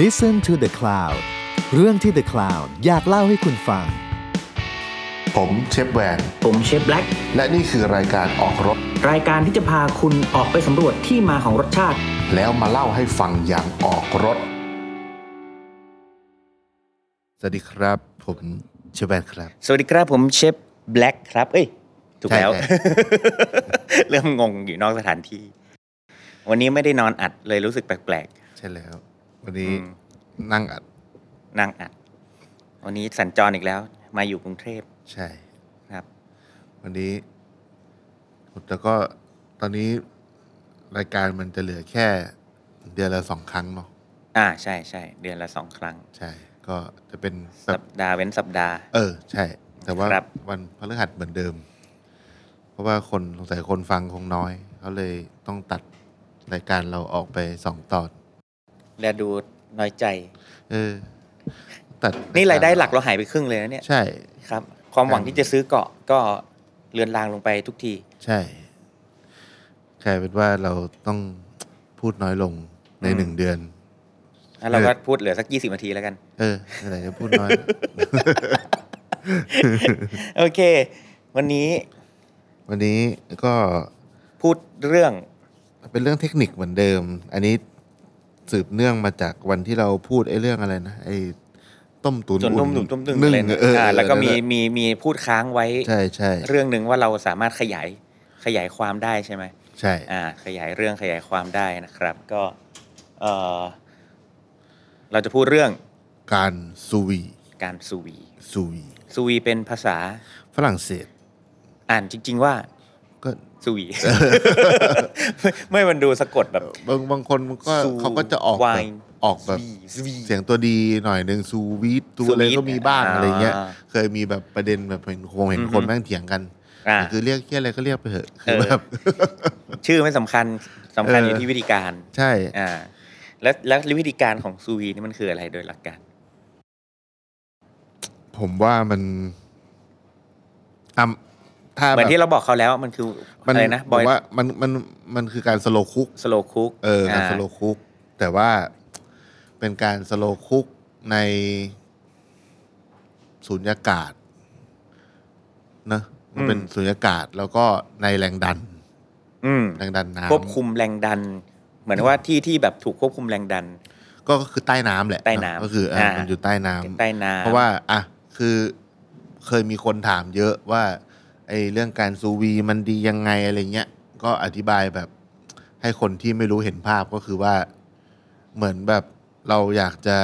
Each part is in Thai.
Listen to the Cloud เรื่องที่ The Cloud อยากเล่าให้คุณฟัง ผมเชฟแวน ผมเชฟแบล็ก และนี่คือรายการออกรถ รายการที่จะพาคุณออกไปสำรวจที่มาของรสชาติ แล้วมาเล่าให้ฟังอย่างออกรถ สวัสดีครับ ผมเชฟแวนครับ สวัสดีครับผมเชฟแบล็กครับ เอ้ย ถูกแล้ว ใช่ เริ่มงงอยู่นอกสถานที่ วันนี้ไม่ได้นอนอัดเลยรู้สึกแปลก ใช่แล้ว วัน ๆอื นี้ ม นั่งอัด นั่งอัด วันนี้สัญจรอีกแล้ว มาอยู่กรุงเทพ ใช่ ครับ วันนี้แล้วก็ตอนนี้รายการมันจะเหลือแค่เดือนละสองครั้งเนาะ อ่าใช่ใช่เดือนละสองครั้ง ใช่ ก็จะเป็นแบ สั บ ปดาห์เว้นสัปดาห์ เออ ใช่ แต่ว่า ครับ วันพฤหัสเหมือนเดิม เพราะว่าคนสงสัยคนฟังคงน้อยเขาเลยต้องตัดรายการเราออกไปสองตอน และดูน้อยใจ เออ ตัด นี่รายได้หลักเราหายไปครึ่งเลยนะเนี่ย ใช่ ครับ ความหวังที่จะซื้อเกาะก็เลือนลางลงไปทุกที ใช่กลายเป็นว่าเราต้องพูดน้อยลงใน อืม หนึ่งเดือน แล้วเรา เออ ก็พูดเหลือสักยี่สิบนาทีแล้วกัน เอออะไรจะพูด น้อย โอเค วันนี้ วันนี้ก็ พูดเรื่อง เป็นเรื่องเทคนิคเหมือนเดิม อันนี้สืบเนื่องมาจากวันที่เราพูดไอ้เรื่องอะไรนะไอ้ต้มตุ๋น จนนุ่ม อุ่ ตุ่มตุ้มตึง นึ่ง เลยนะ เออ อ่า เออ แล้วก็มี นั่นหะ มีมีพูดค้างไว้ ใช่ใช่ เรื่องหนึ่งว่าเราสามารถขยายขยายความได้ใช่ไหม ใช่ อ่า ขยายเรื่องขยายความได้นะครับ ก็เออเราจะพูดเรื่อง การซูวี การซูวี ซูวี ซูวีเป็นภาษา ฝรั่งเศส อ่านจริง ๆ ว่า ก็ ซู วี ไม่ไม่มันดูสะกดแบบ บางบางคนมันก็ ซู เขาก็จะออก ไว แบบ น์ ออกแบบ ซูวีซูวี เสียงตัวดีหน่อยหนึ่งซูวีตตัวอะไร ซูวีด ก็มีบ้าง อ่า อะไรเงี้ย เคยมีแบบประเด็นแบบเห็นคงเห็น อือฮึ คนแม่งเถียงกัน อ่า คือเรียกเรียกอะไรก็เรียกไปเถอะคื เอ อ อ แบบ ชื่อไม่สำคัญสำคัญอยู่ เออ ที่วิธีการ ใช่ อ่าแล้วแล้ววิธีการของซูวีนี่มันคืออะไรโดยหลักการ ผมว่ามันอ่ะถ้า เหมือนที่เราบอกเขาแล้วมันคือ มัน อะไรนะ ผ บอ ม ย ว่ามันมันมันคือการสโลคุก สโลคุก เออการสโลคุก แต่ว่าเป็นการสโลคุกในสุญญากาศเนอะมันเป็นสุญญากาศแล้วก็ในแรงดัน อืม แรงดันน้ำ ควบคุมแรงดัน เหมือนว่าที่ที่แบบถูกควบคุมแรงดัน ก็ก็คือใต้น้ำแหละ ใต้น้ำ ก็คืออ่ะ อ่ามั มันอยู่ใต้น้ำ ใต้น้ำ เพราะว่า อ่ะคือเคยมีคนถามเยอะว่า ไอ้เรื่องการซูวีมันดียังไงอะไรเงี้ย ก็อธิบายแบบ ให้คนที่ไม่รู้เห็นภาพก็คือว่าเหมือนแบบเราอยากจะ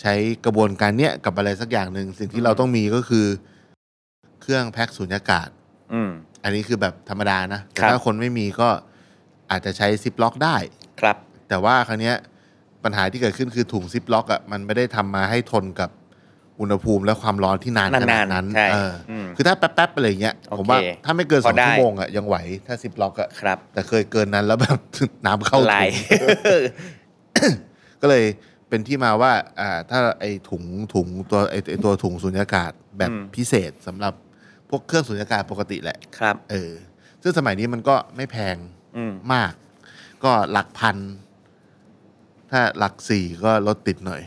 ใช้กระบวนการเนี้ยกับอะไรสักอย่างหนึ่งสิ่งที่เราต้องมีก็คือ เครื่องแพ็คสูญญากาศ อืม อันนี้คือแบบธรรมดานะแต่ ครับ ถ้าคนไม่มีก็อาจจะใช้ซิปล็อกได้ ครับ แต่ว่าครั้งเนี้ยปัญหาที่เกิดขึ้นคือถุงซิปล็อกอ่ะมันไม่ได้ทำมาให้ทนกับอุณหภูมิและความร้อนที่นานขนาดนั้น นานๆใช่ เอออ ม คือถ้าแป๊บๆอะไรอย่างเงี้ย โอเค ผมว่าถ้าไม่เกินสพอ อง ได้ ชั่วโมงอ่ะยังไหวถ้าซิปล็อกอ่ะ ครับ แต่เคยเกินนั้นแล้วแบบ น้ำเข้าถุ ลาย ง ก็เลย เป็นที่มาว่าอ่าถ้าไอถุงถุงตัวไอไอตัวถุงสุญญากาศแบบ อืม พิเศษสำหรับพวกเครื่องสุญญากาศปกติแหละ ครับ เออซึ่งสมัยนี้มันก็ไม่แพง อืม มาก ก็หลักพัน ถ้าหลักสี่ก็ลดติดหน่อย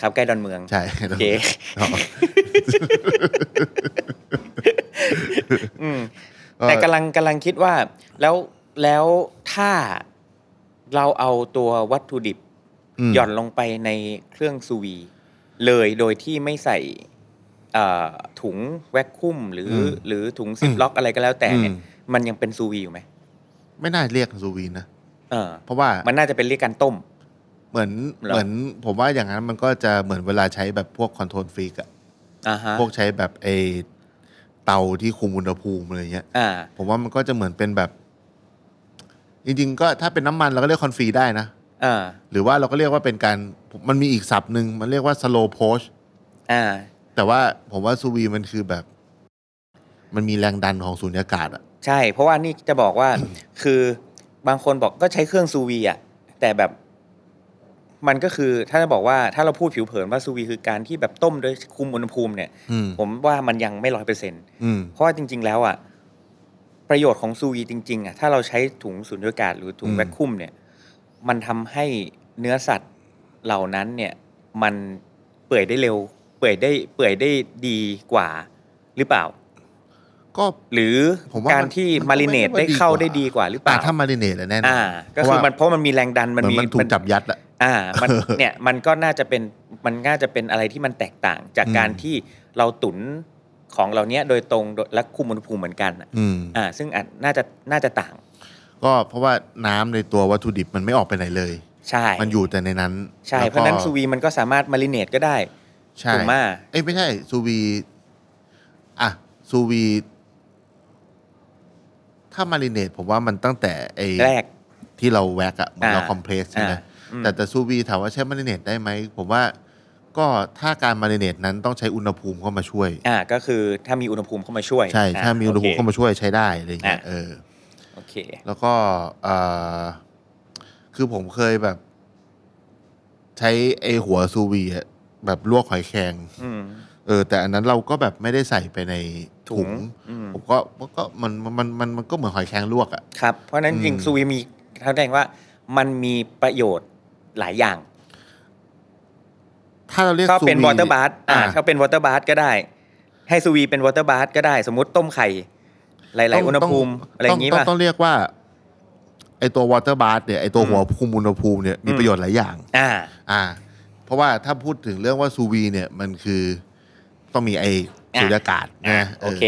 ครับใกล้ดอนเมือง ใช่ โอเค ครับ อืมแต่กำลังกำลังคิดว่า แล้วแล้วถ้าเราเอาตัววัตถุดิบ ม หย่อนลงไปในเครื่องซูวี เลยโดยที่ไม่ใส่เอ่อถุงแวคคุมหรืออหรือถุงซิปล็อกอะไรก็แล้วแต่เนี่ย อืม มันยังเป็นซูวีอยู่ไหม ไม่น่าเรียกซูวีนะ เออ เพราะว่า มันน่าจะเป็นเรียกการต้ม เหมือน เหรอ เหมือน ผมว่าอย่างนั้นมันก็จะเหมือนเวลาใช้แบบพวกคอนโทรลฟรีกอะ อ่าฮะ พวกใช้แบบไอเตาที่คุมอุณหภูมิอะไรเงี้ย อ่า ผมว่ามันก็จะเหมือนเป็นแบบ จริงๆ ก็ถ้าเป็นน้ำมันเราก็เรียกคอนฟรีได้นะ อ่า หรือว่าเราก็เรียกว่าเป็นการมันมีอีกศัพท์หนึ่งมันเรียกว่า slow poach อ่า แต่ว่าผมว่าซูวีมันคือแบบ มันมีแรงดันของสูญญากาศอะ ใช่ เพราะว่านี่จะบอกว่า คือบางคนบอกก็ใช้เครื่องซูวีอ่ะ แต่แบบ มันก็คือถ้าจะบอกว่าถ้าเราพูดผิวเผินว่าซูวีคือการที่แบบต้มโดยคุมอุณหภูมิเนี่ย อืม ผมว่ามันยังไม่ร้อยเปอร์เซ็นต์ อืม เพราะว่าจริง ๆ แล้วอ่ะประโยชน์ของซูวีจริง ๆอ่ะถ้าเราใช้ถุงสูญญากาศหรือถุง อืม แวคคุมเนี่ย มันทำให้เนื้อสัตว์ เหล่านั้นเนี่ยมันเปื่อยได้เร็ว เปื่อยได้เปื่อยได้ดีกว่าหรือเปล่า ก็ หรือ ผมว่า การ มัน ที่ มันก็ มาริเนต ไม่ได้ ได้เข้า ดีกว่า ได้ดีกว่าหรือเป อ่ะ ล่า ถ้ามาริเนตอะแน่นอน อ่า ก็ เพ คือ ราะว่า มันเพราะมันมีแรงดัน เห มัน มัน มี มันถูกจับยัดละ อ่ามัน เออ เนี่ยมันก็น่าจะเป็นมันน่าจะเป็นอะไรที่มันแตกต่างจาก อืม การที่เราตุนของเหล่านี้โดยตรงโดยและคุมอุณหภูมิเหมือนกันอะ อืม อ่า ซึ่งอาจน่าจะน่าจะต่าง ก็เพราะว่าน้ำในตัววัตถุดิบมันไม่ออกไปไหนเลย ใช่ มันอยู่แต่ในนั้น ใช่ แล้วก็ เพราะฉะนั้นซูวีมันก็สามารถมาริเนตก็ได้ ใช่ ถูกไหม เอ้ยไม่ใช่ซูวีอ่ะซูวี ถ้ามาริเนตผมว่ามันตั้งแต่ไอ้ แรก ที่เราแว็กอะเหมือน อ่า เราคอมเพรสใช่ไหม อ่าอืม แต่แต่ซูวีถามว่าใช้มาริเนตได้ไหม ผมว่าก็ถ้าการมาริเนตนั้นต้องใช้อุณหภูมิเข้ามาช่วย อ่าก็คือถ้ามีอุณหภูมิเข้ามาช่วย ใช่ ถ้ามีอุณหภูมิเข้า โ มาช่วยใช้ได้อะไรเงี้ย อ่า เออ เคโอเค แล้วก็เอ่อคือผมเคยแบบ ใช้ไอหัวซูวีอะแบบลวกหอยแครง อืม เออ แต่อันนั้นเราก็แบบไม่ได้ใส่ไปในถุง ถุงอืม ผมก็มันก็มันมันมันมันก็เหมือนหอยแครงลวกอะ ครับ เพราะฉะนั้นจริง อืม ซูวีมีเขาแสดงว่ามันมีประโยชน์หลายอย่าง ถ้าเราเรียก ก็ ซูวี เป็นวอเตอร์บาร์อ่า อ่ะ ถ้าเป็นวอเตอร์บาร์ก็ได้ ให้ซูวีเป็นวอเตอร์บาร์ก็ได้ สมมติต้มไข่ หลาย ๆ อุณหภูมิ ต้ อะไรอย่าง นี้ งี้ป่ะ ต้องเรียกว่า ไอตัววอเตอร์บาร์เนี่ยไอตัวหัวคุมอุณหภูมิเนี่ยมี อืม ประโยชน์หลายอย่าง อ่า อ่า เพราะว่าถ้าพูดถึงเรื่องว่าซูวีเนี่ย มันคือต้องมีไอ อ่ะ สุญญากาศนะ โอเค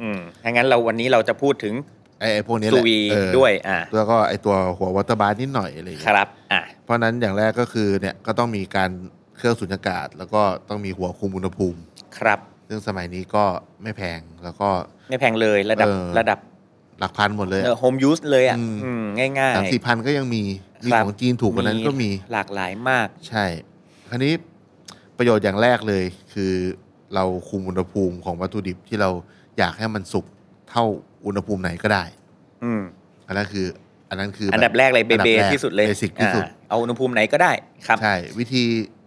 อืมถ้างั้นเราวันนี้เราจะพูดถึง ไอไอพวกนี้แห ซู ละ วี เออ ด้วย อ่า แล้วก็ไอตัวหัววอเตอร์บาร์นิดหน่อยอะไรอย่าง ค เงี้ย รับ อ่า เพราะฉะนั้นอย่างแรกก็คือเนี่ยก็ต้องมีการเครื่องสุญญากาศ แล้วก็ต้องมีหัวคุมอุณหภูมิ ครับ ซึ่งสมัยนี้ก็ไม่แพงแล้วก็ ไม่แพงเลยระดับ เออ ระดับ หลักพันหมดเลยอะ โฮมยูสเลยอ่ะ อืม อืมง่าย สามสี่พันก็ยังมี มี ครับ ของจีนถูกกว่านั้นก็มี หลากหลายมาก ใช่ คราวนี้ประโยชน์อย่างแรกเลยคือเราคุมอุณหภูมิของวัตถุดิบที่เราอยากให้มันสุกเท่าอุณหภูมิไหนก็ได้ อืม อันนั้นคือ อันนั้นคือ อันดับแรกเลยเบ อันดั เบ แรก ที่สุดเลย เบสิกที่สุด อ่าเอาอุณหภูมิไหนก็ได้ครับ ใช่ วิธี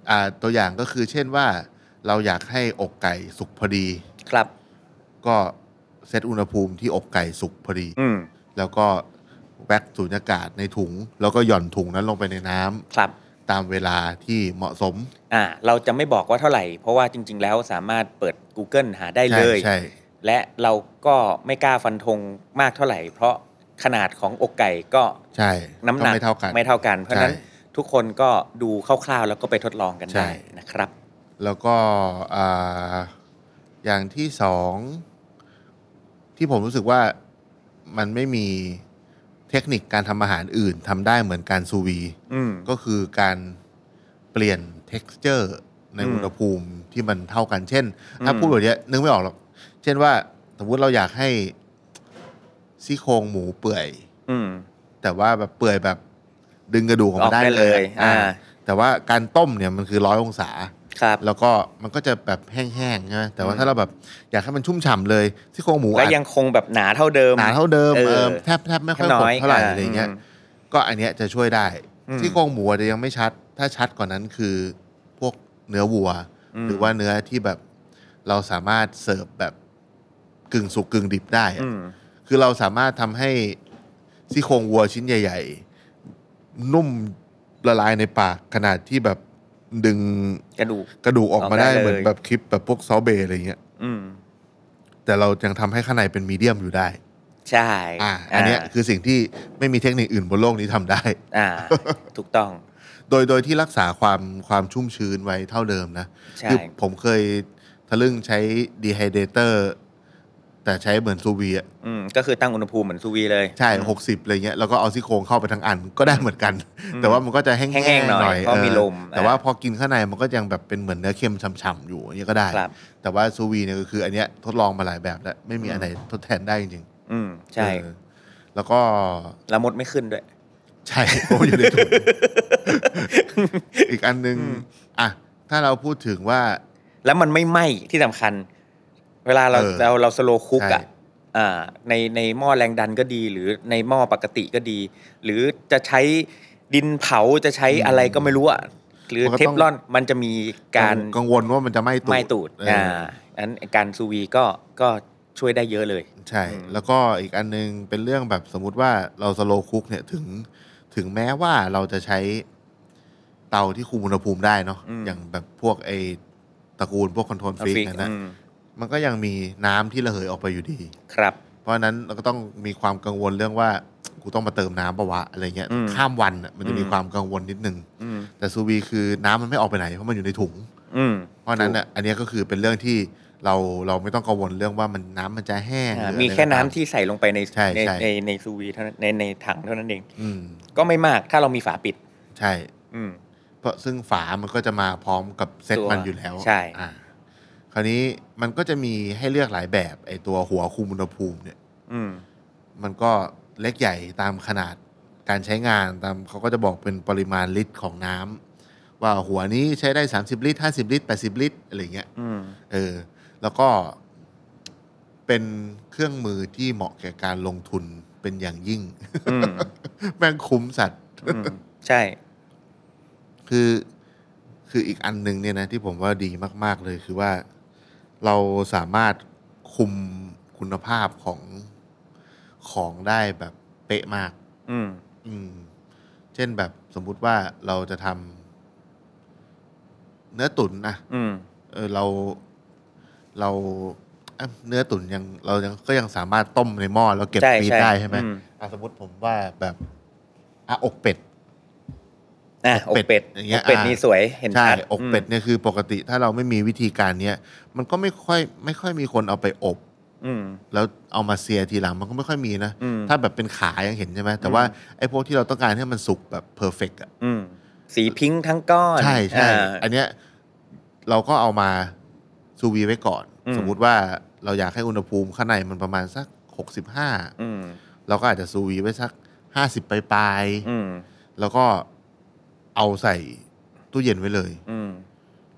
อ่าตัวอย่างก็คือเช่นว่า เราอยากให้อกไก่สุกพอดี ครับ ก็เซตอุณหภูมิที่อกไก่สุกพอดี อืม แล้วก็แว็กสูญญากาศในถุง แล้วก็หย่อนถุงนั้นลงไปในน้ำ ครับ ตามเวลาที่เหมาะสม อ่า เราจะไม่บอกว่าเท่าไหร่ เพราะว่าจริง ๆ แล้วสามารถเปิด Google หาได้เลย ใช่ และเราก็ไม่กล้าฟันธงมากเท่าไหร่ เพราะขนาดของอกไก่ก็ ใช่ น้ำหนัก็กไม่เท่ากัน ไม่เท่ากันเพราะฉะนั้น ใช่ ทุกคนก็ดูคร่าวๆแล้วก็ไปทดลองกัน ใช่ ได้นะครับ แล้วก็อ่าอย่างที่สองที่ผมรู้สึกว่ามันไม่มีเทคนิคการทำอาหารอื่นทำได้เหมือนการซูวี อืม ก็คือการเปลี่ยน texture ใน อืม อุณหภูมิที่มันเท่ากัน เช่น ถ้า อืม พูดแบบเนี้ยนึกไม่ออกหรอก เช่นว่า สมมติเราอยากให้ซี่โครงหมูเปื่อย อืม แต่ว่าแบบเปื่อยแบบดึงกระดูกออก ออ มาก ได้ ได้ เลย เลย อ่า อ่า แต่ว่าการต้มเนี่ยมันคือร้อยองศา ครับ แล้วก็มันก็จะแบบแห้งๆใช่ไหมแต่ว่า อืม ถ้าเราแบบอยากให้มันชุ่มฉ่ำเลย ซี่โครงหมู และ อาจ ยังคงแบบหนาเท่าเดิม หนาเท่าเดิม เออ เออแทบแทบไม่ค่อย แค่น้ ขด อย เท่าไหร่ อ่า อะไรเงี้ย อืม ก็อันเนี้ยจะช่วยได้ อืม ซี่โครงหมูอาจจะยังไม่ชัด ถ้าชัดกว่านั้นคือพวกเนื้อวัว อืม หรือว่าเนื้อที่แบบเราสามารถเสิร์ฟแบบกึ่งสุกกึ่งดิบได้อะ อืม คือเราสามารถทำให้ซี่โครงวัวชิ้นใหญ่ ๆ นุ่มละลายในปากขนาดที่แบบดึง กระดูก กระดูกออก ออก มา ได้ ได้ เลย เหมือนแบบคลิปแบบพวกซอเบอะไรเงี้ย อืม แต่เรายังทำให้ข้างในเป็นมีเดียมอยู่ได้ ใช่ อ่า อันเนี้ย า คือสิ่งที่ไม่มีเทคนิคอื่นบนโลกนี้ทำได้ อ่า ถูกต้อง โดยโดยที่รักษาความความชุ่มชื้นไว้เท่าเดิมนะ ใช่ คืผมเคยทะลึ่งใช้ดีไฮเดเตอร์ แต่ใช้เหมือนซูวีอะ อืมก็คือตั้งอุณหภูมิเหมือนซูวีเลย ใช่หกสิบอะไรเงี้ยแล้วก็เอาซี่โครงเข้าไปทั้งอันก็ได้เหมือนกัน แต่ว่ามันก็จะแห้ง แห้งๆหน่อยเพราะมีลม เออแต่ อ่ะ ว่าพอกินข้างในมันก็ยังแบบเป็นเหมือนเนื้อเค็มฉ่ำๆอยู่อย่างเงี้ยก็ได้ ครับ แต่ว่าซูวีเนี่ยก็คืออันเนี้ยทดลองมาหลายแบบแล้วไม่มีอันไหนทดแทนได้จริง อืม ๆ ใช่ เออแล้วก็ และมดไม่ขึ้นด้วย ใช่เพราะมันอยู่ในถุง อีกอันนึง อ่ะ ถ้าเราพูดถึงว่า แล้วมันไม่ไหม้ที่สำคัญ เวลาเรา เออ เราเราสโลคุกอ่ะ ใช่ อ่าในในหม้อแรงดันก็ดี หรือในหม้อปกติก็ดี หรือจะใช้ดินเผาจะใช้อะไรก็ไม่รู้อ่ะหรือเทฟลอนมันจะมีการ กังวลว่ามันจะไหม้ตูด ไหม้ตูด เอออ อ่าอันการซูวีก็ก็ช่วยได้เยอะเลย ใช่ แล้วก็อีกอันนึงเป็นเรื่องแบบสมมติว่าเราสโลคุกเนี่ยถึง ถึงแม้ว่าเราจะใช้เต เตาที่คุมอุณหภูมิได้เนาะ อืม อย่างแบบพวกไอตระกูลพวกคอนโทรลฟิก ก นะนะ อืม มันก็ยังมีน้ำที่ระเหยออกไปอยู่ดี ครับ เพราะฉะนั้นเราก็ต้องมีความกังวลเรื่องว่า กูต้องมาเติมน้ำปะวะอะไรเงี้ย อืม ข้ามวันน่ะมันจะมี อืม ความกังวลนิดนึง อืม แต่ซูบีคือน้ำมันไม่ออกไปไหนเพราะมันอยู่ในถุง อืม เพราะฉะนั้นน่ะอันเนี้ยก็คือเป็นเรื่องที่เราเราไม่ต้องกังวลเรื่องว่ามันน้ำมันจะแห้งห อ่า รืออะไร มีแค่น้ำ ก็ตา ที่ใส่ลงไปใน ใช่ ใน ใช่ ในในซูวีเท่านั้นในในถังเท่านั้นเอง อืม ก็ไม่มากถ้าเรามีฝาปิด ใช่ อืม เพราะซึ่งฝามันก็จะมาพร้อมกับเซ็ต ตัว มันอยู่แล้ว ใช่ อ่าคราวนี้มันก็จะมีให้เลือกหลายแบบไอตัวหัวคุมอุณหภูมิเนี่ย อืม มันก็เล็กใหญ่ตามขนาดการใช้งานตามเขาก็จะบอกเป็นปริมาณลิตรของน้ำว่าหัวนี้ใช้ได้ 30 ลิตร 50 ลิตร 80 ลิตรอะไรเงี้ย อืม เออ แล้วก็เป็นเครื่องมือที่เหมาะแก่การลงทุนเป็นอย่างยิ่ง อืม แม่งคุ้มสัตว์ อืม ใช่ คือคืออีกอันหนึ่งเนี่ยนะที่ผมว่าดีมาก ๆ เลยคือว่าเราสามารถคุมคุณภาพของของได้แบบเป๊ะมาก อืม อืม เช่นแบบสมมุติว่าเราจะทำเนื้อตุ๋นนะ อืม เออเราเราเอ้ยเนื้อตุ๋นยังเรายังก็ยังสามารถต้มในหม้อแล้วเก็บ ใช่ ฟีด ใช่ ได้ใช่ไหม อืม อ่ะสมมติผมว่าแบบอ่ะอกเป็ด อ่ะอกเป็ด อย่างเงี้ย กเป็ด อ่า นี่สวยเห็น ใช่ ชัด อกเป็ดเนี่ยคือปกติถ้าเราไม่มีวิธีการเนี้ยมันก็ไม่ค่อยไม่ค่อยมีคนเอาไปอบ อืม แล้วเอามาเสียทีหลังมันก็ไม่ค่อยมีนะ อืม ถ้าแบบเป็นขายังเห็นใช่ไหมแต่ว่า อื ไอ้พวกที่เราต้องการให้มันสุกแบบเพอร์เฟกอ่ะ อืม สีพิงค์ทั้งก้อน ใช่ใช่ อ่า อันเนี้ยเราก็เอามาซูวีไว้ก่อน อืม สมมุติว่าเราอยากให้อุณหภูมิข้างในมันประมาณสัก 65 อืม เราก็อาจจะซูวีไว้สัก 50 ปลาย อืม ๆแล้วก็เอาใส่ตู้เย็นไว้เลย อืม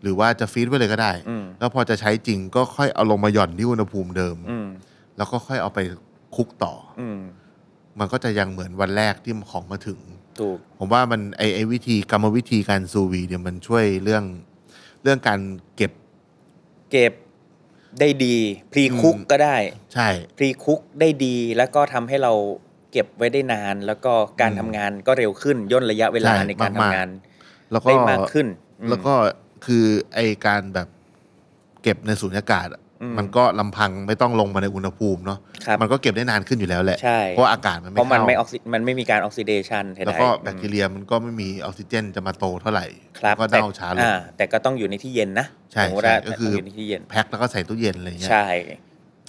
หรือว่าจะฟรีดไว้เลยก็ได้ อืม แล้วพอจะใช้จริงก็ค่อยเอาลงมาหย่อนที่อุณหภูมิเดิม อืม แล้วก็ค่อยเอาไปคลุกต่อ อืม มันก็จะยังเหมือนวันแรกที่ของมาถึง ถูก ผมว่ามันไอไอวิธีกรรมวิธีการซูวีเนี่ยมันช่วยเรื่องเรื่องการเก็บ เก็บได้ดี พรีคุก อืม ก็ได้ ใช่ พรีคุกได้ดี แล้วก็ทำให้เราเก็บไว้ได้นาน แล้วก็การ อืม ทำงานก็เร็วขึ้น ย่นระยะเวลา ใช่ ในการทำ มากๆ งาน แล้วก็ ได้มากขึ้นอืม แล้วก็คือไอการแบบเก็บในสูญญากาศอะ อืม มันก็ลำพังไม่ต้องลงมาในอุณหภูมิเนาะ ครับ มันก็เก็บได้นานขึ้นอยู่แล้วแหละ ใช่ เพราะอากาศมันไม่ เพราะมันไม่อ เข้า อกซิมันไม่มีการออกซิเดชันใดๆ แล้วก็ อืม แบคทีเรียมันก็ไม่มีออกซิเจนจะมาโตเท่าไหร่ ครับ มันก็เน่าช้าลงแต่อ่แต่ก็ต้องอยู่ในที่เย็นนะ ใช่ สมมติว่า ใช่ก็คือ ต้องอยู่ในที่เย็น แพ็คแล้วก็ใส่ตู้เย็นอะไรเงี้ย ใช่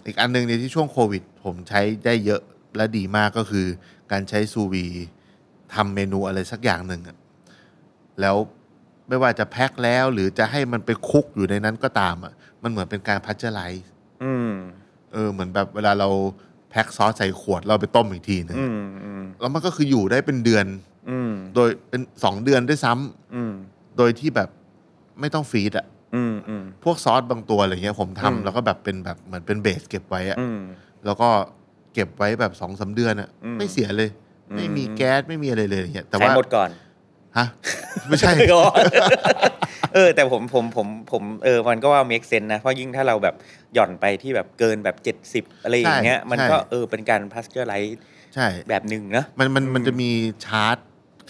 อีกอันหนึ่งเนี่ยที่ช่วงโควิด ผมใช้ได้เยอะและดีมากก็คือ การใช้ซูวีทำเมนูอะไรสักอย่างหนึ่งอะแล้วไม่ว่าจะแพ็คแล้วหรือจะให้มันไปคลุกอยู่ในนั้นก็ตามอ่ะมันเหมือนเป็นการพัชเจอร์ไลซ์ อืม เออเหมือนแบบเวลาเราแพ็คซอสใส่ขวดเราไปต้มอีกทีหนึ่ง อืม อืม แล้วมันก็คืออยู่ได้เป็นเดือน อืม โดยเป็นสองเดือนด้วยซ้ำ อืม โดยที่แบบไม่ต้องฟรีดอ่ะ อืม อืม พวกซอสบางตัวอะไรเงี้ยผมทำ อืม แล้วก็แบบเป็นแบบเหมือนเป็นเบสเก็บไว้อ่ะ อืม แล้วก็เก็บไว้แบบสองสามเดือนอะ อืม ไม่เสียเลย อืม ไม่มีแก๊สไม่มีอะไรเลยอย่างเงี้ยแต่ ขาย ว่า หมดก่อน ฮะ ไม่ใช่ ก่อนเออ แต่ผมผมผมผมเออมันก็ว่า make sense นะเพราะยิ่งถ้าเราแบบหย่อนไปที่แบบเกินแบบเจ็ดสิบ70 อะไรอย่างเงี้ย ใช่ มันก็ ใช่ เออเป็นการพัสเจอร์ไลท์ ใช่ แบบหนึ่งนะ มันมัน อืม มันจะมีชาร์ต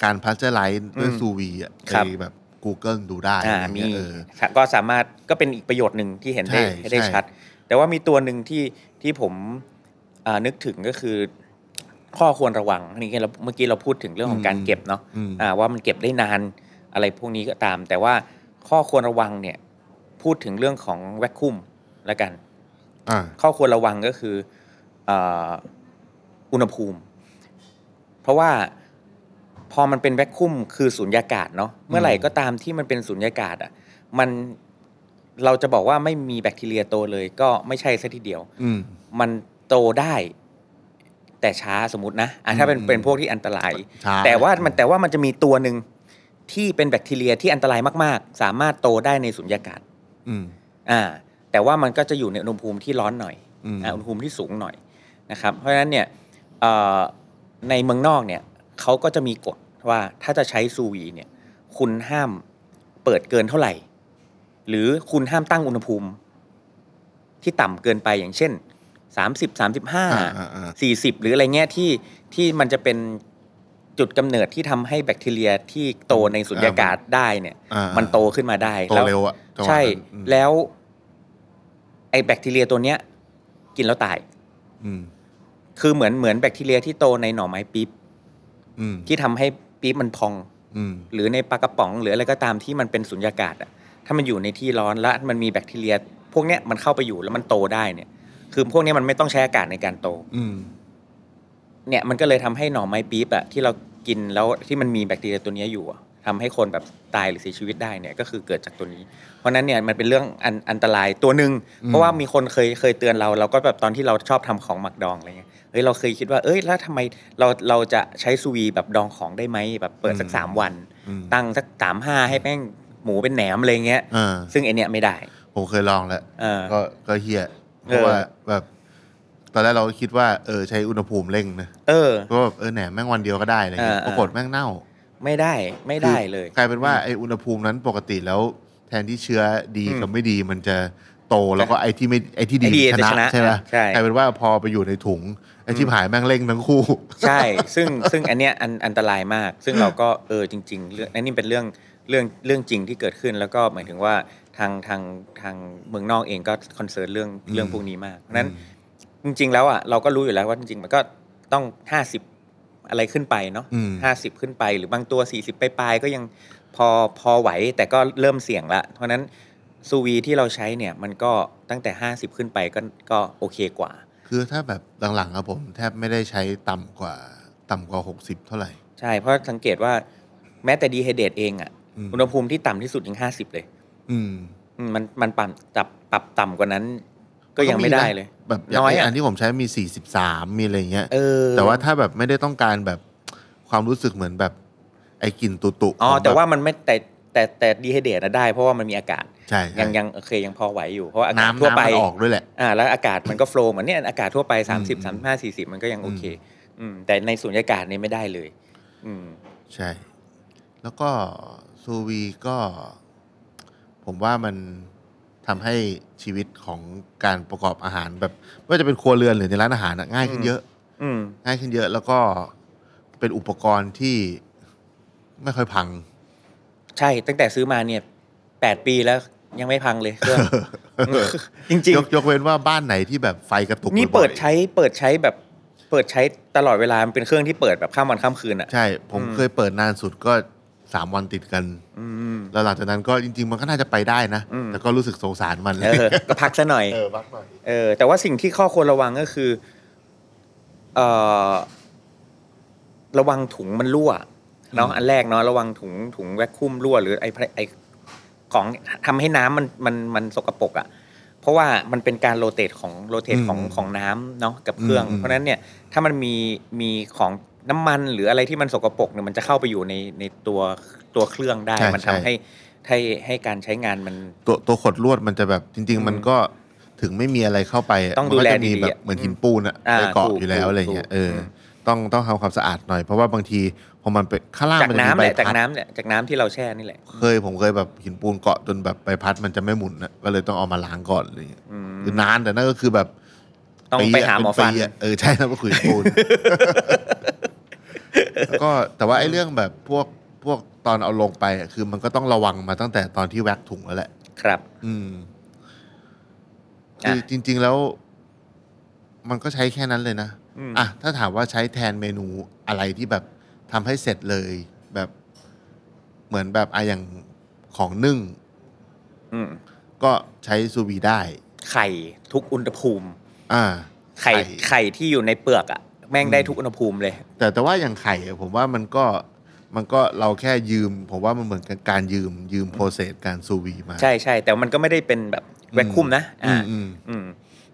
การพัชเจอร์ไลท์ด้วย อืม ซูวีอะ ครั ใน บ แบบ Google ดูได้ อ่า อะไร มี เงี้ยเออ ก็สามารถก็เป็นอีกประโยชน์หนึ่งที่เห็นได้ ใช่ ให้ได้ ใช่ ชัด แต่ว่ามีตัวหนึ่งที่ที่ผมอ่านึกถึงก็คือ ข้อควรระวังอันนี่เราเมื่อกี้เราพูดถึงเรื่องของการเก็บเนาะ อืม อ่าว่ามันเก็บได้นานอะไรพวกนี้ก็ตาม แต่ว่าข้อควรระวังเนี่ย พูดถึงเรื่องของแวคคุมแล้วกัน อ่า ข้อควรระวังก็คืออาอุณหภูมิ เพราะว่าพอมันเป็นแวคคุมคือสุญญากาศเนาะเมื่อไหร่ก็ตามที่มันเป็นสุญญากาศอ่ะมันเราจะบอกว่าไม่มีแบคทีเรียโตเลยก็ไม่ใช่ซะทีเดียว อืม มันโตได้ แต่ช้าสมมตินะอ่ะถ้าเป็น อืม เป็นพวกที่อันตราย ช้า แต่ว่ามันแต่ว่ามันจะมีตัวหนึ่งที่เป็นแบคทีเรียที่อันตรายมาก ๆ สามารถโตได้ในสุญญากาศ อืม อ่า แต่ว่ามันก็จะอยู่ในอุณหภูมิที่ร้อนหน่อย อืม อ่าอุณหภูมิที่สูงหน่อยนะครับ เพราะฉะนั้นเนี่ยเอ่อในเมืองนอกเนี่ยเขาก็จะมีกฎว่าถ้าจะใช้ซูวีเนี่ย คุณห้ามเปิดเกินเท่าไหร่ หรือคุณห้ามตั้งอุณหภูมิ ที่ต่ำเกินไปอย่างเช่น30อ35่าอ่าอ่า สี่สิบหรืออะไรเงี้ยที่ที่มันจะเป็น จุดกำเนิดที่ทำให้แบคทีเรียที่โตในสุญญากาศได้เนี่ย อ่า มันโตขึ้นมาได้ โต แล้ว เร็วอะจังหวะ ใช่ นั้นอืม แล้ว ไอ้แบคทีเรียตัวเนี้ย กินแล้วตาย อืม คือเหมือนเหมือนแบคทีเรียที่โตในหน่อไม้ปี๊บ อืม ที่ทำให้ปี๊บมันพอง อืม หรือในปลากระป๋องหรืออะไรก็ตามที่มันเป็นสุญญากาศอะถ้ามันอยู่ในที่ร้อนและมันมีแบคทีเรีย พวกเนี้ยมันเข้าไปอยู่แล้วมันโตได้เนี่ย คือพวกเนี้ยมันไม่ต้องใช้อากาศในการโต อืม เนี่ยมันก็เลยทำให้หน่อไม้ปี๊บอะที่เรากินแล้วที่มันมีแบคทีเรียตัวเนี้ยอยู่อะทำให้คนแบบตายหรือเสียชีวิตได้เนี่ยก็คือเกิดจากตัวนี้ เพราะฉะนั้นเนี่ยมันเป็นเรื่องอันอันตรายตัวหนึ่งเพราะว่ามีคนเคยเคยเตือนเราเราก็แบบตอนที่เราชอบทำของหมักดองอะไรเงี้ยเฮ้ยเราเคยคิดว่าเอ้ยแล้วทำไมเราเราจะใช้ซูวีแบบดองของได้ไหมแบบเปิดสักสามวัน อืม ตั้งสักสามห้าให้แม่งหมูเป็นแหนมอะไรเงี้ย อ่า ซึ่งไอเนี้ยไม่ได้ ผมเคยลองแล้ว เออ ก็ก็เฮียเพ เออ ราะว่าแบบตอนแรกเราคิดว่าเออใช้อุณหภูมิเร่งนะ เออ เพราะว่าเออแหนมแม่งวันเดียวก็ได้อะไรเงี้ย เออเอปอรากฏแม่งเน่า ไม่ได้ไม่ได้เลย คือกลายเป็นว่าไออุณหภูมินั้นปกติแล้ว แทนที่เชื้อดี อืม กับไม่ดีมันจะโตแล้วก็ไอที่ไม่ไอที่ดี ไอ้ดี ช จะ นะ ชนะ ใช่ไหม ใช่ กลายเป็นว่าพอไปอยู่ในถุงไอที่หายแม่งเร่งทั้งคู่ ใช่ ซึ่งซึ่งอันเนี้ยอันอันตรายมาก ซึ่งเราก็เออจริงๆเรื่องอันนี้เป็นเรื่องเรื่องเรื่องจริงที่เกิดขึ้น แล้วก็หมายถึงว่าทางทางทางเมืองนอกเองก็คอนเซิร์นเรื่อง อืม เรื่องพวกนี้มาก เพราะฉะนั้นจริง ๆ แล้วอ่ะเราก็รู้อยู่แล้วว่าจริงๆ มันก็ต้องห้าสิบอะไรขึ้นไปเนาะ อืม ห้าสิบขึ้นไปหรือบางตัวสี่สิบปลายๆก็ยังพอพอไหวแต่ก็เริ่มเสี่ยงละ เพราะฉะนั้นซูวีที่เราใช้เนี่ยมันก็ตั้งแต่ห้าสิบขึ้นไปก็ก็โอเคกว่า คือถ้าแบบหลังๆครับผม แทบไม่ได้ใช้ต่ำกว่า ต่ำกว่าหกสิบเท่าไหร่ ใช่ เพราะสังเกตว่าแม้แต่ดีไฮเดตเองอ่ะ อืม อุณหภูมิที่ต่ำที่สุดยังห้าสิบเลย อืม อืมมันมันปรับจับปรับต่ำกว่านั้น ก็ยังไม่ได้เลย แบบาง น้อยอะ อันที่ผมใช้มี 43 มีอะไรอย่างเงี้ย เออ แต่ว่าถ้าแบบไม่ได้ต้องการแบบความรู้สึกเหมือนแบบไอ้กลิ่นตุตุ อ๋อ ขงบบ แต่ว่ามันไม่แต่แต่แต่ดีไฮเดตนะได้ เพราะว่ามันมีอากาศ ใช่ ยัง ใช่ ยังโอเคยังพอไหวอยู่เพราะว่าอากาศ น้ำ ทั่ว น้ำ ไป มันออกด้วยแหละ อ่าแล้วอากาศมันก็ โฟล์เหมือนเนี่ยอากาศทั่วไป 30 อืม 35 40 มันก็ยัง อืม โอเค อืมแต่ในสุญญากาศเนี่ยไม่ได้เลย อืม ใช่ แล้วก็ซูวีก็ ผมว่ามันทำให้ชีวิตของการประกอบอาหารแบบไม่ว่าจะเป็นครัวเรือนหรือในร้านอาหารอะง่ายขึ้นเยอะ อืม ง่ายขึ้นเยอะ แล้วก็เป็นอุปกรณ์ที่ไม่ค่อยพัง ใช่ตั้งแต่ซื้อมาเนี่ยแปดปีแล้วยังไม่พังเลย เครื่อง จริง ย ๆ กยกเว้นว่าบ้านไหนที่แบบไฟกระตุก นี่ บ่อยๆ เปิดใช้เปิดใช้แบบเปิดใช้ตลอดเวลา มันเป็นเครื่องที่เปิดแบบข้ามวันข้ามคืนอ่ะ ใช่ ผม อืม เคยเปิดนานสุดก็สามวันติดกัน อืม แล้วหลังจากนั้นก็จริง ๆ มันก็น่าจะไปได้นะ อืม แต่ก็รู้สึกสงสารมัน เออ ก็พักซะหน่อย เออบักหน่อย เออ แต่ว่าสิ่งที่ข้อควรระวังก็คือ เออระวังถุงมันรั่วเนาะ อืม อันแรกเนาะระวังถุงถุงแวคคุมรั่ว หรือไอ้พลาไอ้ของทำให้น้ำมันมันมันสกปรกอ่ะ เพราะว่ามันเป็นการโรเตทของโรเตทของ อืม ของน้ำเนาะกับเครื่อง อืม เพราะฉะนั้นเนี่ยถ้ามันมีมีของน้ำมันหรืออะไรที่มันสกปรกเนี่ยมันจะเข้าไปอยู่ในในตัวตัวเครื่องได้ มันทำให้ให้ให้การใช้งานมัน ตัวตัวขดลวดมันจะแบบจริง ๆ มันก็ถึงไม่มีอะไรเข้าไปะ ต้องดูแล มันก็จะมี ดีๆ แบบ อะ เหมือน อืม หินปูนอะ อ่า ไปเกาะ ถูก อยู่แล้ว ถูก อะไรเงี้ย ถูก เอออ ม ต้องต้องทำความสะอาดหน่อย เพราะว่าบางทีพอมันไปข้างล่าง จาก มันจะมี น้ำ ใบ แหละจาก พัด น้ำแหละจากน้ำที่เราแช่นี่แหละ เคยผมเคยแบบหินปูนเกาะจนแบบใบพัดมันจะไม่หมุนนะก็เลยต้องเอามาล้างก่อนอะไรเลย อืม คือนานแต่นั่นก็คือแบบ ต้องไปหาหมอฟัน ปีะเออใช่แล้วก็ขุย ปูน แล้วก็แต่ว่าไอ้เรื่องแบบพวกพวกตอนเอาลงไปอะคือมันก็ต้องระวังมาตั้งแต่ตอนที่แว็กถุงแล้วแหละ ครับ อืม คือจริง ๆแล้ว มันก็ใช้แค่นั้นเลยนะ อืม อ่ะถ้าถามว่าใช้แทนเมนูอะไรที่แบบทำให้เสร็จเลย แบบเหมือนแบบอะอย่างของนึ่ง อืม ก็ใช้ซูบีได้ ไข่ทุกอุณหภูมิ อ่า ไข่ไข่ที่อยู่ในเปลือกอะแม่งได้ทุกอุณหภูมิเลย แต่แต่ว่าอย่างไข่อะผมว่ามันก็มันก็เราแค่ยืม ผมว่ามันเหมือนกับการยืมยืมโปรเซสการซูวีมา ใช่ใช่แต่มันก็ไม่ได้เป็นแบบแวคคุมนะ อื อ่าม อืม อืม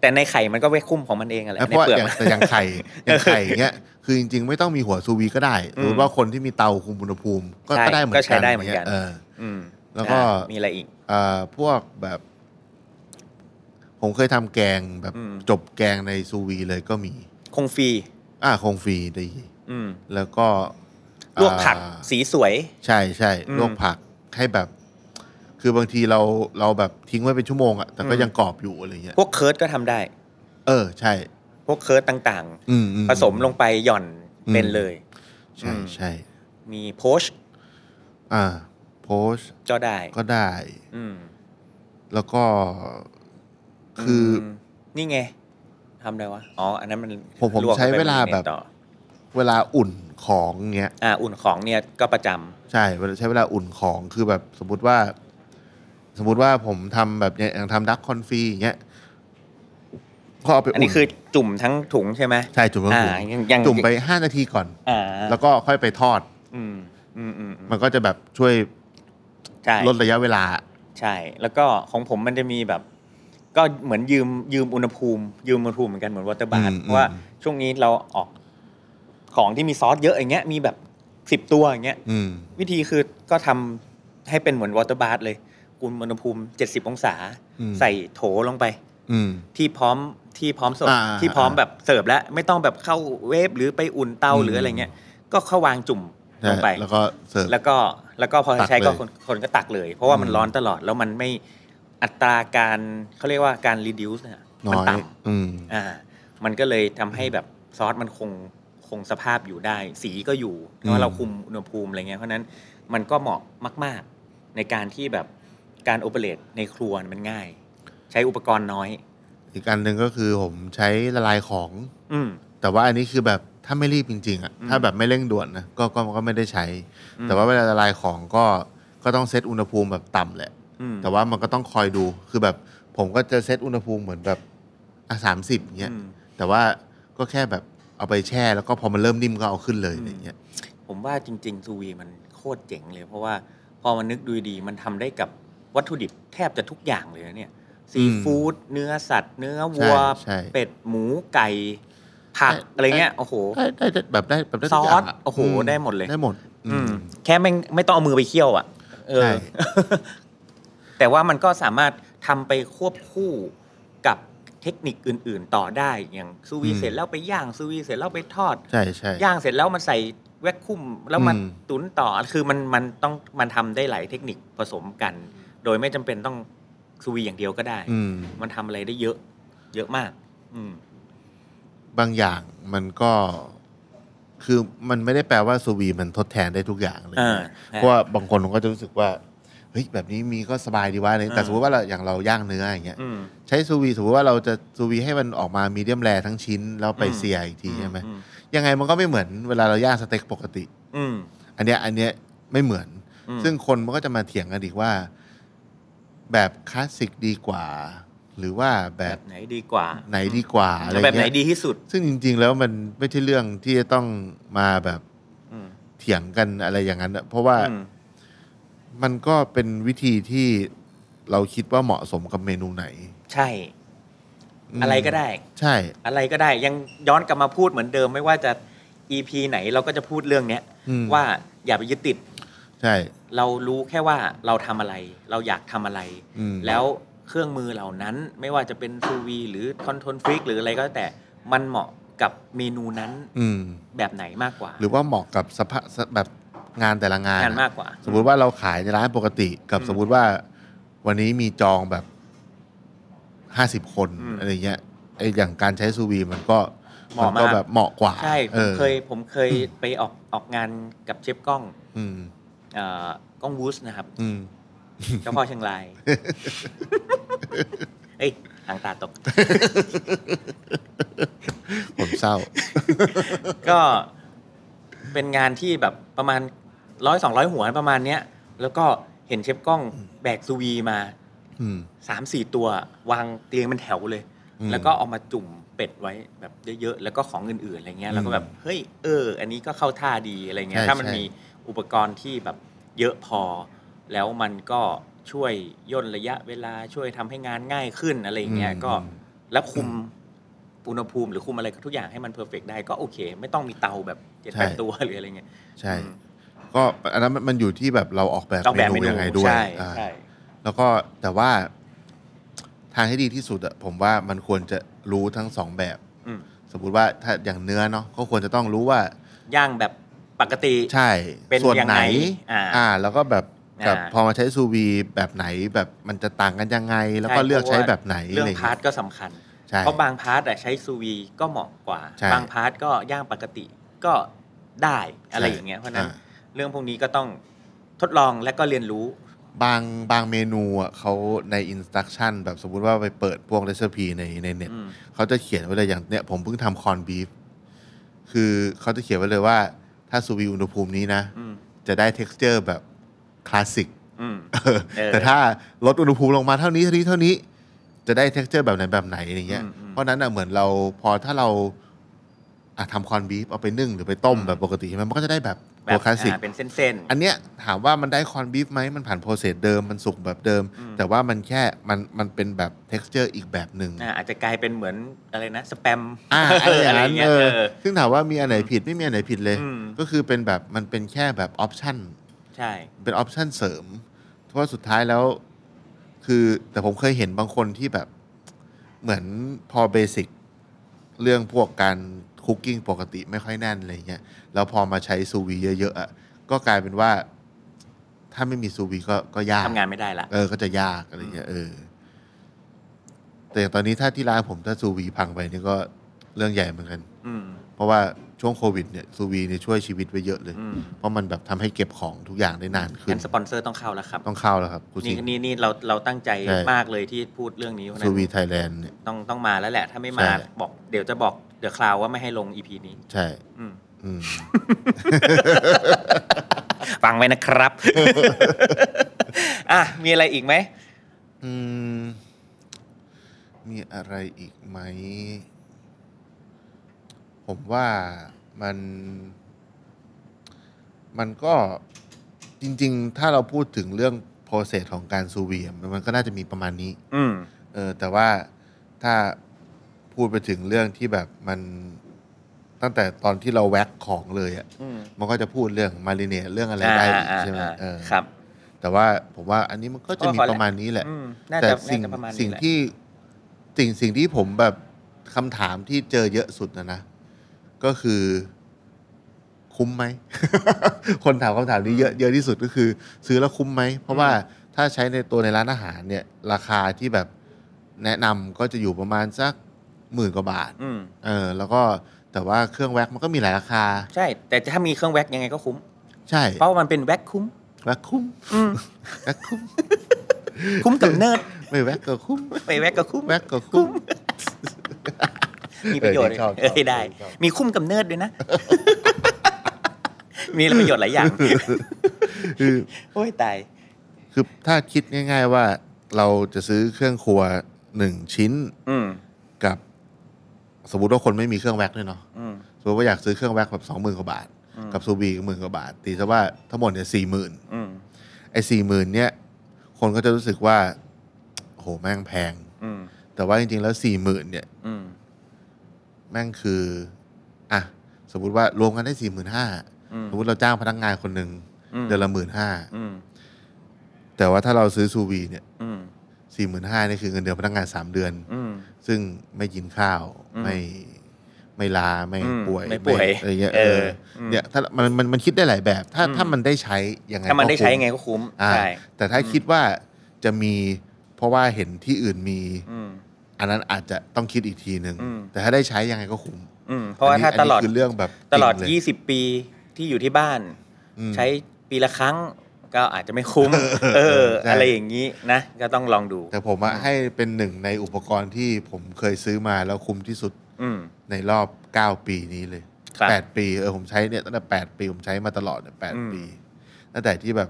แต่ในไข่มันก็แวคคุมของมันเองอะแหละ แล้ว ใน เพราะ เปลือก อย่างแต่อย่างไข่ อย่างไข่อย่างเงี้ยคือจริงๆ ไม่ต้องมีหัวซูวีก็ได้สอืม มมติว่าคนที่มีเตาคุมอุณหภูมิก็ ใช่ ก็ได้เหมือนกั ก็ น ใช้ได้เหมือนกัน เออ อืม แล้วก็ อ่ะมีอะไรอีก เอ่อพวกแบบ ผมเคยทำแกงแบบ อืม จบแกงในซูวีเลยก็มี คงฟรี อ่าคงฟรีดี อืม แล้วก็ ลวกผัก อ่า สีสวย ใช่ใช่ อืม ลวกผักให้แบบ คือบางทีเราเราแบบทิ้งไว้เป็นชั่วโมงอะแต่ก็ อืม ยังกรอบอยู่อะไรเงี้ย พวกเคิร์ดก็ทำได้ เออใช่ พวกเคิร์ดต่าง อืมอื ๆ ผสมลงไปหย่อนเป็นเลย ใช่ อืม ใช่ มีโพช อ่าโพส ก็ได้ ก็ได้ อืม แล้วก็คืออ มนี่ไงทำอะไรวะอ๋ออันนั้นมัน ผมผม รข้ ใช้เวลา ไปใน แบบ เน็ตต่อ เวลาอุ่นของเนี้ย อ่าอุ่นของเนี่ยก็ประจำ ใช่เวลาใช้เวลาอุ่นของคือแบบสมมติว่า สมมติว่าผมทำแบบอย่างอย่างทำดักคอนฟีอย่างเงี้ยก็เอาไป อันนี้คือจุ่มทั้งถุงใช่ไหม ใช่จุ่มลง อ่า ถุง ยังยัง จุ่มไปห้านาทีก่อน อ่า แล้วก็ค่อยไปทอด อืมอืมอืมอืม มันก็จะแบบช่วย ใช่ ลดระยะเวลา ใช่ แล้วก็ของผมมันจะมีแบบ ก็เหมือนยืมยืมอุณหภูมิ ยืมอุณหภูมิเหมือนกันเหมือนวอเตอร์บา อื ร์ ม เพราะว่า อืม ช่วงนี้เราออกของที่มีซอสเยอะอย่างเงี้ยมีแบบสิบตัวอย่างเงี้ย อืม วิธีคือก็ทำให้เป็นเหมือนวอเตอร์บาร์เลยคุณอุณหภูมิ 70 องศา อืม ใส่โถลงไป อืม ที่พร้อมที่พร้อมสด อ่า ที่พร้อม อ่า แบบเสิร์ฟแล้ว ไม่ต้องแบบเข้าเวฟหรือไปอุ่นเตา อืม หรืออะไรเงี้ย ก็เข้าวางจุ่มล ใช่ งไป แล้วก็เสิร์ฟ แล้วก็แล้วก็พอ ตัก ใช้ก็ เลย คนคนก็ตักเลย เพราะว่ามัน อืม ร้อนตลอดแล้วมันไม่อัตราการเขาเรียกว่าการ reduce เนี่ย น้อมัย ต่ อืม ำอ่า มันก็เลยทำให้แบบซอสมันคงคงสภาพอยู่ได้ สีก็อยู่เพ อืม ราะเราคุมอุณหภูมิอะไรเงี้ยเพราะฉะนั้นมันก็เหมาะมาก ๆ ในการที่แบบการโอเปเรตในครัวมันง่าย ใช้อุปกรณ์น้อย อีกอันหนึ่งก็คือผมใช้ละลายของ อืม แต่ว่าอันนี้คือแบบถ้าไม่รีบจริงๆอ่ะ อืม ถ้าแบบไม่เร่งด่วนนะก็ก็ก็ไม่ได้ใช้ อืม แต่ว่าเวลาละลายของก็ก็ต้องเซตอุณหภูมิแบบต่ำแหละ อืม แต่ว่ามันก็ต้องคอยดูคือแบบผมก็จะเซตอุณหภูมิเหมือนแบบอ่ะสามสิบเงี้ย อืม แต่ว่าก็แค่แบบเอาไปแช่แล้วก็พอมันเริ่มนิ่มก็เอาขึ้นเลยอะไรเงี้ย ผมว่าจริงๆซูวีมันโคตรเจ๋งเลย เพราะว่าพอมันนึกดูดีๆมันทำได้กับวัตถุดิบแทบจะทุกอย่างเลยนะเนี่ยซีฟู้ดเนื้อสัตว์ เนื้อวัว ใช่ใช่ เป็ดหมูไก่ ผัก ใช่ อะไรเงี้ยโอ้โห ได้ได้ได้แบบได้แบบได้ทุกย่าง ซอสโอ้โหได้หมดเลย ได้หมด อื อื ม ม แค่ไม่ไม่ต้องเอามือไปเคี่ยวอ่ะเออ ใช่ แต่ว่ามันก็สามารถทำไปควบคู่กับเทคนิคอื่น ๆ ต่อได้อย่างซูวี อืม เสร็จแล้วไปย่างซูวีเสร็จแล้วไปทอด ใช่ใช่ ย่างเสร็จแล้วมันใส่แวคคุมแล้วมัน อืม ตุนต่อคือมันมันต้องมันทำได้หลายเทคนิคผสมกัน โดยไม่จำเป็นต้องสวีอย่างเดียวก็ได้ อืม มันทำอะไรได้เยอะ เยอะมาก อืม บางอย่างมันก็คือมันไม่ได้แปลว่าซูวีมันทดแทนได้ทุกอย่างเลย อ่า นะเพราะว่าบางคนก็จะรู้สึกว่าเฮ้ยแบบนี้มีก็สบายดีว่าเลยแต่ อ่า สมมติว่าเราอย่างเราย่างเนื้ออย่างเงี้ย อืม ใช้ซูวีสมมติว่าเราจะซูวีให้มันออกมามีเดียมแรทั้งชิ้น แล้วไปเสียอีกทีใช่ไหม อืม ยังไงมันก็ไม่เหมือนเวลาเราย่างสเต็กปกติ อืม อันเนี้ยอันเนี้ยไม่เหมือน อืม ซึ่งคนมันก็จะมาเถียงกันอีกว่า แบบคลาสสิกดีกว่า หรือว่าแบ แบบ บไหนดีกว่า ไหนดีกว่าอะไร เอาแบบไหน เงี้ย ดีที่สุด ซึ่งจริง ๆ แล้วมันไม่ใช่เรื่องที่จะต้องมาแบบ อืม เถียงกันอะไรอย่างนั้นอะเพราะว่า อืม มันก็เป็นวิธีที่เราคิดว่าเหมาะสมกับเมนูไหน ใช่ อะไรก็ได้ ใช่ อะไรก็ได้ ยังย้อนกลับมาพูดเหมือนเดิม ไม่ว่าจะ EP ไหนเราก็จะพูดเรื่องเนี้ย อืม ว่าอย่าไปยึดติด ใช่ เรารู้แค่ว่าเราทำอะไร เราอยากทำอะไร อืม แล้วเครื่องมือเหล่านั้นไม่ว่าจะเป็นซูวีหรือคอนโทรลฟริกหรืออะไรก็แล้วแต่มันเหมาะกับเมนูนั้น อืม แบบไหนมากกว่า หรือว่าเหมาะกับสภาพแบบงานแต่ละงาน งาน อะ มากกว่า สมมุติว่าเราขายในร้านปกติ กับ อืม สมมุติว่าวันนี้มีจองแบบห้าสิบคน อืม อะไรเงี้ยไออย่างการใช้ซูวีมันก็ เหมาะ นก็ มาก แบบเหมาะกว่า ใช่ผ อ ม อ เคยผมเคยไปออกออกงานกับเชฟกล้อง อืม เอ่อกล้องวูส นะครับ อืม เจ้าพ่อเชียงราย เอ้ยหางตาตก ผมเศร้า ก็เป็นงานที่แบบประมาณร้อยสองร้อยหัวประมาณเนี้ย แล้วก็เห็นเชฟกล้องแบกซูวีมา อืม สามสี่ตัว วางเตียงเป็นแถวเลย อืม แล้วก็เอามาจุ่มเป็ดไว้แบบเยอะๆ แล้วก็ของอื่นๆอะไรเงี้ย อืม แล้วก็แบบเฮ้ยเออ อันนี้ก็เข้าท่าดีอะไรเงี้ย ใช่ ถ้ามัน ใช่ มีอุปกรณ์ที่แบบเยอะพอ แล้วมันก็ช่วยย่นระยะเวลาช่วยทำให้งานง่ายขึ้นอะไรอย่างเงี้ยก็ อืม แล้วคุมอุณหภูมิหรือคุมอะไรทุกอย่างให้มันเพอร์เฟกได้ก็โอเค ไม่ต้องมีเตาแบบเจ็ด ใช่ แปดตัว หรืออะไรเงี้ย ใช่ ก็อันนั้นมันอยู่ที่แบบเราออกแบบ ต้อง เม แบบ นู เมนู ยังไงด้วย ใช่ อ่า ใช่ แล้วก็แต่ว่าทางที่ดีที่สุดอะผมว่ามันควรจะรู้ทั้งสองแบบ อืม สมมติว่าถ้าอย่างเนื้อเนาะก็ควรจะต้องรู้ว่า ย่างแบบปกติ ใช่ เป็น ส่วน ยัง ไหน ไงอ่า แล้วก็แบบกับ อ่า พอมาใช้ซูวีแบบไหนแบบมันจะต่างกันยังไง แล้วก็ ช่ เลือกใช้แบบไหน เรื่อง ะไย พาร์ทก็สำคัญ ใช่ เพราะบางพาร์ทอะใช้ซูวีก็เหมาะกว่า ใช่ บางพาร์ทก็ย่างปกติ ก็ ได้อะไรอย่างเงี้ยเพราะฉะนั้น อ่า เรื่องพวกนี้ก็ต้องทดลองและก็เรียนรู้ บางบางเมนูอ่ะเขาในอินสตั c ชั่นแบบสมมุติว่าไปเปิดพวกเรซิปีในในเน็ต อืม เขาจะเขียนไว้เลยอย่างเนี่ยผมเพิ่งทำคอนบีฟคือเขาจะเขียนไว้เลยว่า ถ้าซูวีอุณหภูมินี้นะ อืม จะได้ t e x t อร์แบบคลาสสิก อืม เออ เออ แต่ถ้าลดอุณหภูมิลงมาเท่านี้เท่านี้เท่านี้ จะได้ t e x t อร์แบบไหนแบบไหนอย่างเงี้ย อืมอืม เพราะฉะนั้นอ่ะเหมือนเราพอถ้าเราอ่ะทำคอนบีฟเอาไปนึ่งหรือไปต้ม อืม แบบปกติใช่ไหมมันก็จะได้แบบ แบ ตัว บ คลาสสิก อ่าเป็นเส้น อันเนี้ยถามว่ามันได้คอนบีฟไหมมันผ่านโปรเซสเดิมมันสุกแบบเดิม อืม แต่ว่ามันแค่มันมันเป็นแบบ t e x t อร์อีกแบบหนึ่ง ๆอ่าอาจจะกลายเป็นเหมือนอะไรนะสแปม อ่าอันนี้อันนั้น เงี้ เอย อ เออ ซึ่งถามว่ามีอันไหนผิดไม่มีอันไหนผิดเลย อืม ก็คือเป็นแบบมันเป็นแค่แบบออปชั่น ใช่ เป็นออปชันเสริม เพราะว่าสุดท้ายแล้ว คือแต่ผมเคยเห็นบางคนที่แบบ เหมือนพอเบสิกเรื่องพวกการคุกกิ้งปกติไม่ค่อยแน่นอะไรเงี้ยแล้วพอมาใช้ซูวีเยอะๆอะก็กลายเป็นว่า ถ้าไม่มีซูวีก็ก็ยาก ทำงานไม่ได้ละ เออ ก็จะยากอะไรเงี้ยเออ แต่อย่างตอนนี้ถ้าที่ร้านผมถ้าซูวีพังไปนี่ก็เรื่องใหญ่เหมือนกัน อืม เพราะว่าช่วงโควิดเนี่ยซูวีเนี่ยช่วยชีวิตไว้เยอะเลย อืม เพราะมันแบบทำให้เก็บของทุกอย่างได้นานขึ้น งั้นสปอนเซอร์ต้องเข้าแล้วครับ ต้องเข้าแล้วครับคุณ นี่ สิงห์ นี่นี่เราเราตั้งใจ ใช่ มากเลยที่พูดเรื่องนี้เพราะฉะ ซู นั้น วีไทยแลนด์เนี่ย ต้องต้องมาแล้วแหละ ถ้าไม่มา ใช่ บอกเดี๋ยวจะบอกเดอะคลาวว่าไม่ให้ลงอีพีนี้ ใช่ อืม อืม ฟังไว้นะครับ อ่ะมีอะไรอีกไหม อืม มีอะไรอีกไหม ผมว่ามัน มันก็จริง ๆ ถ้าเราพูดถึงเรื่องโปรเซสของการซูวีอะมันก็น่าจะมีประมาณนี้ อืม เออแต่ว่าถ้าพูดไปถึงเรื่องที่แบบมันตั้งแต่ตอนที่เราแว็กของเลยอะ อืม มันก็จะพูดเรื่องมาริเนตเรื่องอะไรได้อีกใช่ไหม อ่า เออ ครับ แต่ว่าผมว่าอันนี้มันก็จะมีประมาณนี้แหละ อืมน่า แต่ จะ สิ่ง น่าจะประมาณนี้ สิ่ง แหละ ที่สิ่งสิ่งที่ผมแบบคำถามที่เจอเยอะสุดนะนะ ก็คือคุ้มไหม คนถามคำถามนี้เยอะเยอะที่สุดก็คือ ซื้อแล้วคุ้มไหม เพราะว่าถ้าใช้ในตัวในร้านอาหารเนี่ย ราคาที่แบบแนะนำก็จะอยู่ประมาณสักหมื่นกว่าบาท อืม เออ แล้วก็แต่ว่าเครื่องแว็กมันก็มีหลายราคา ใช่ แต่ถ้ามีเครื่องแว็กยังไงก็คุ้ม ใช่ เพราะว่ามันเป็นแว็กคุ้ม แว็กคุ้ม อืม แว็กคุ้ม คุ้มกับเนิร์ด ไม่แว็กก็คุ้ม ไปแว็กก็คุ้ม แว็กก็คุ้ม มีประโยชน์ เออชอบชอบ เอ้ยได้ ชอบ มีคุ้มกำเนิดด้วยนะ มีประโยชน์หลาย อย่าง คือ โอ้ยตาย คือถ้าคิดง่าย ๆ ว่าเราจะซื้อเครื่องครัวหนึ่งชิ้น อืม กับ สมมติว่าคนไม่มีเครื่องแว็กด้วยเนาะ อืม สมมติว่าอยากซื้อเครื่องแว็กแบบสองหมื่นกว่าบาท อืม กับซูบีหมื่นกว่าบาท ตีซะว่าทั้งหมดเนี่ยสี่หมื่น อืม ไอ้สี่หมื่นเนี่ย คนก็จะรู้สึกว่าโหแม่งแพง อืม แต่ว่าจริง ๆ แล้วสี่หมื่นเนี่ย อืม แม่งคืออ่ะสมมติว่ารวมกันได้สี่หมื่นห้า อืม สมมติเราจ้างพนักงานคนหนึ่ง อืม เดือนละหมื่นห้า อืม แต่ว่าถ้าเราซื้อซูบีเนี่ย อืม สี่หมื่นห้านี่คือเงินเดือนพนักงานสามเดือน อืม ซึ่งไม่กินข้าว อืม ไม่ไม่ลาไม่ อืม ป่วย ไม่ป่วย อะไรเงี้ย เอ เอ อ ออ ม เนี่ยถ้ามันมันมันคิดได้หลายแบบ ถ้า อืม ถ้ามันได้ใช้ยังไง ถ้ามันได้ใช้ ก็ ยังไงก็คุ้ม อ่า ใช่ แต่ถ้าคิดว่าจะมีเพราะว่าเห็นที่อื่นมี อืม อันนั้นอาจจะต้องคิดอีกทีหนึ่ง อืม แต่ถ้าได้ใช้ยังไงก็คุ้ม อืม เพราะว่าถ้า อันนี้ ตลอด คือเรื่องแบบ ตลอด จริงเ 20 ปีที่อยู่ที่บ้าน อืม ใช้ปีละครั้ง ก็อาจจะไม่คุ้ม เออ ใช่ อะไรอย่างนี้นะ ก็ต้องลองดู แต่ผมอะให้เป็นหนึ่งในอุปกรณ์ที่ผมเคยซื้อมาแล้วคุ้มที่สุด อืม ในรอบ 9 ปีนี้เลย ครับ 8 ปีเออผมใช้เนี่ยตั้งแต่ 8 ปี ผมใช้มาตลอดเนี่ย อืม 8ปี ตั้งแต่ที่แบบ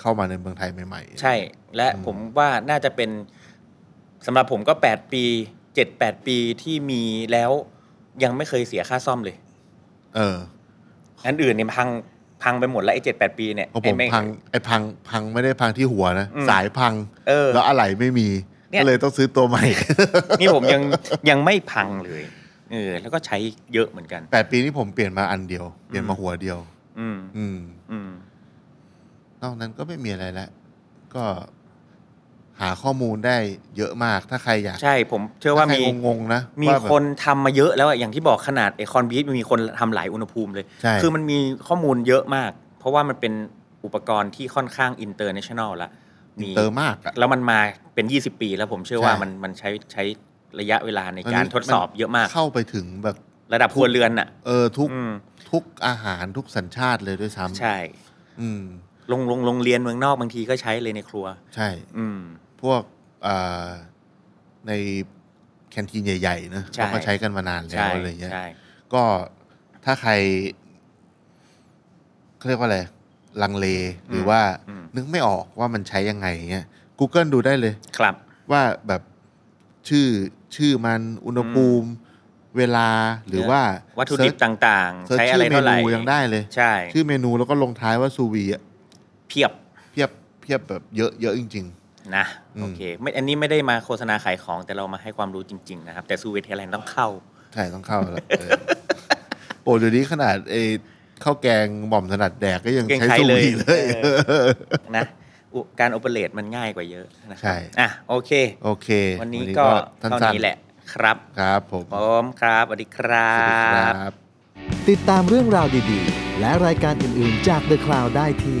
เข้ามาในเมืองไทยใหม่ๆ ใช่และ อืม ผมว่าน่าจะเป็นสำหรับผมก็ 8 ปีเจ็ดแปดปีที่มีแล้วยังไม่เคยเสียค่าซ่อมเลย เออ อันอื่นเนี่ยพังพังไปหมดแล้วไอ้เจ็ดแปดปีเนี่ย เพราะผม ไแง พังไอ้พังพังไม่ได้พังที่หัวนะ อืม สายพัง เออ แล้วอะไหล่ไม่มี เนี่ย ก็เลยต้องซื้อตัวใหม่ นี่ผมยังยังไม่พังเลยเออแล้วก็ใช้เยอะเหมือนกัน 8 ปีนี้ผมเปลี่ยนมาอันเดียว เปลี่ยนมาหัวเดียว อืม อืม อืม นอกนั้นก็ไม่มีอะไรแล้ว ก็หาข้อมูลได้เยอะมากถ้าใครอยาก ใช่ผมเชื่อว่า ถ้ใคร มี งงๆนะ มี ว่าแบบ คนทำมาเยอะแล้วอะอย่างที่บอกขนาดไอคอนบีทมีคนทำหลายอุณหภูมิเลย ใช่ คือมันมีข้อมูลเยอะมาก เพราะว่ามันเป็นอุปกรณ์ที่ค่อนข้างอินเตอร์เนชั่นแนลละมี เตอร์มากอะ แล้วมันมาเป็น 20 ปีแล้วผมเชื่อว่า ใช่ มันมันใช้ใช้ระยะเวลาในการทดสอบเยอะมาก เข้าไปถึงแบบ ระดับครัวเรือนน่ะ เออทุก อืม ทุกอาหารทุกสัญชาติเลยด้วยซ้ำ ใช่ อืม โรงโรงโรงเรียนเมืองนอกบางทีก็ใช้เลยในครัว ใช่ อืม พวกอ่าในแคนทีนใหญ่ๆนะ ใช่ เขาก็ใช้กันมานานแล้ ใช่ วอะไรเงี้ย ใช่ ก็ถ้าใครเขาเรียกว่าอะไร ลังเลหรือว่า อืม นึกไม่ออกว่ามันใช้ยังไงเงี้ย Google ดูได้เลย ครับ ว่าแบบชื่อชื่อมันอุณหภูมิ เวลาหรือว่า วัตถุดิบต่างๆ เซิร์ช ใช้อะไร ชื่อเม เท่าไหร่ นูยังได้เลย ใช่ ชื่อเมนูแล้วก็ลงท้ายว่าซูวีอะ เพียบ เพียบเพียบแบบเยอะเยอะจริง นะ อืม โอเคไม่อันนี้ไม่ได้มาโฆษณาขายของแต่เรามาให้ความรู้จริง ๆ นะครับ แต่ซูเวทไทยแลนด์ต้องเข้า ๆ ใช่ต้องเข้าแล้ว เออโอ้เดี๋ยวนี้ขนาดไอ้ข้าวแกงหม่อมถนัดแดกก็ยัง แกง ใช้ ไทย ซูวี เล เลย ย นะอุการโอเปเรตมันง่ายกว่าเยอะนะค ใช่ รับอ่ะโอเค โอเค วันนี้ก็ สั้ เท่านๆนี้แหละครับ ครับผม พร้อมครับสวัสดีครั สวัสดีค บ รับ ติดตามเรื่องราวดีๆ และรายการอื่น ๆ จาก The Cloud ได้ที่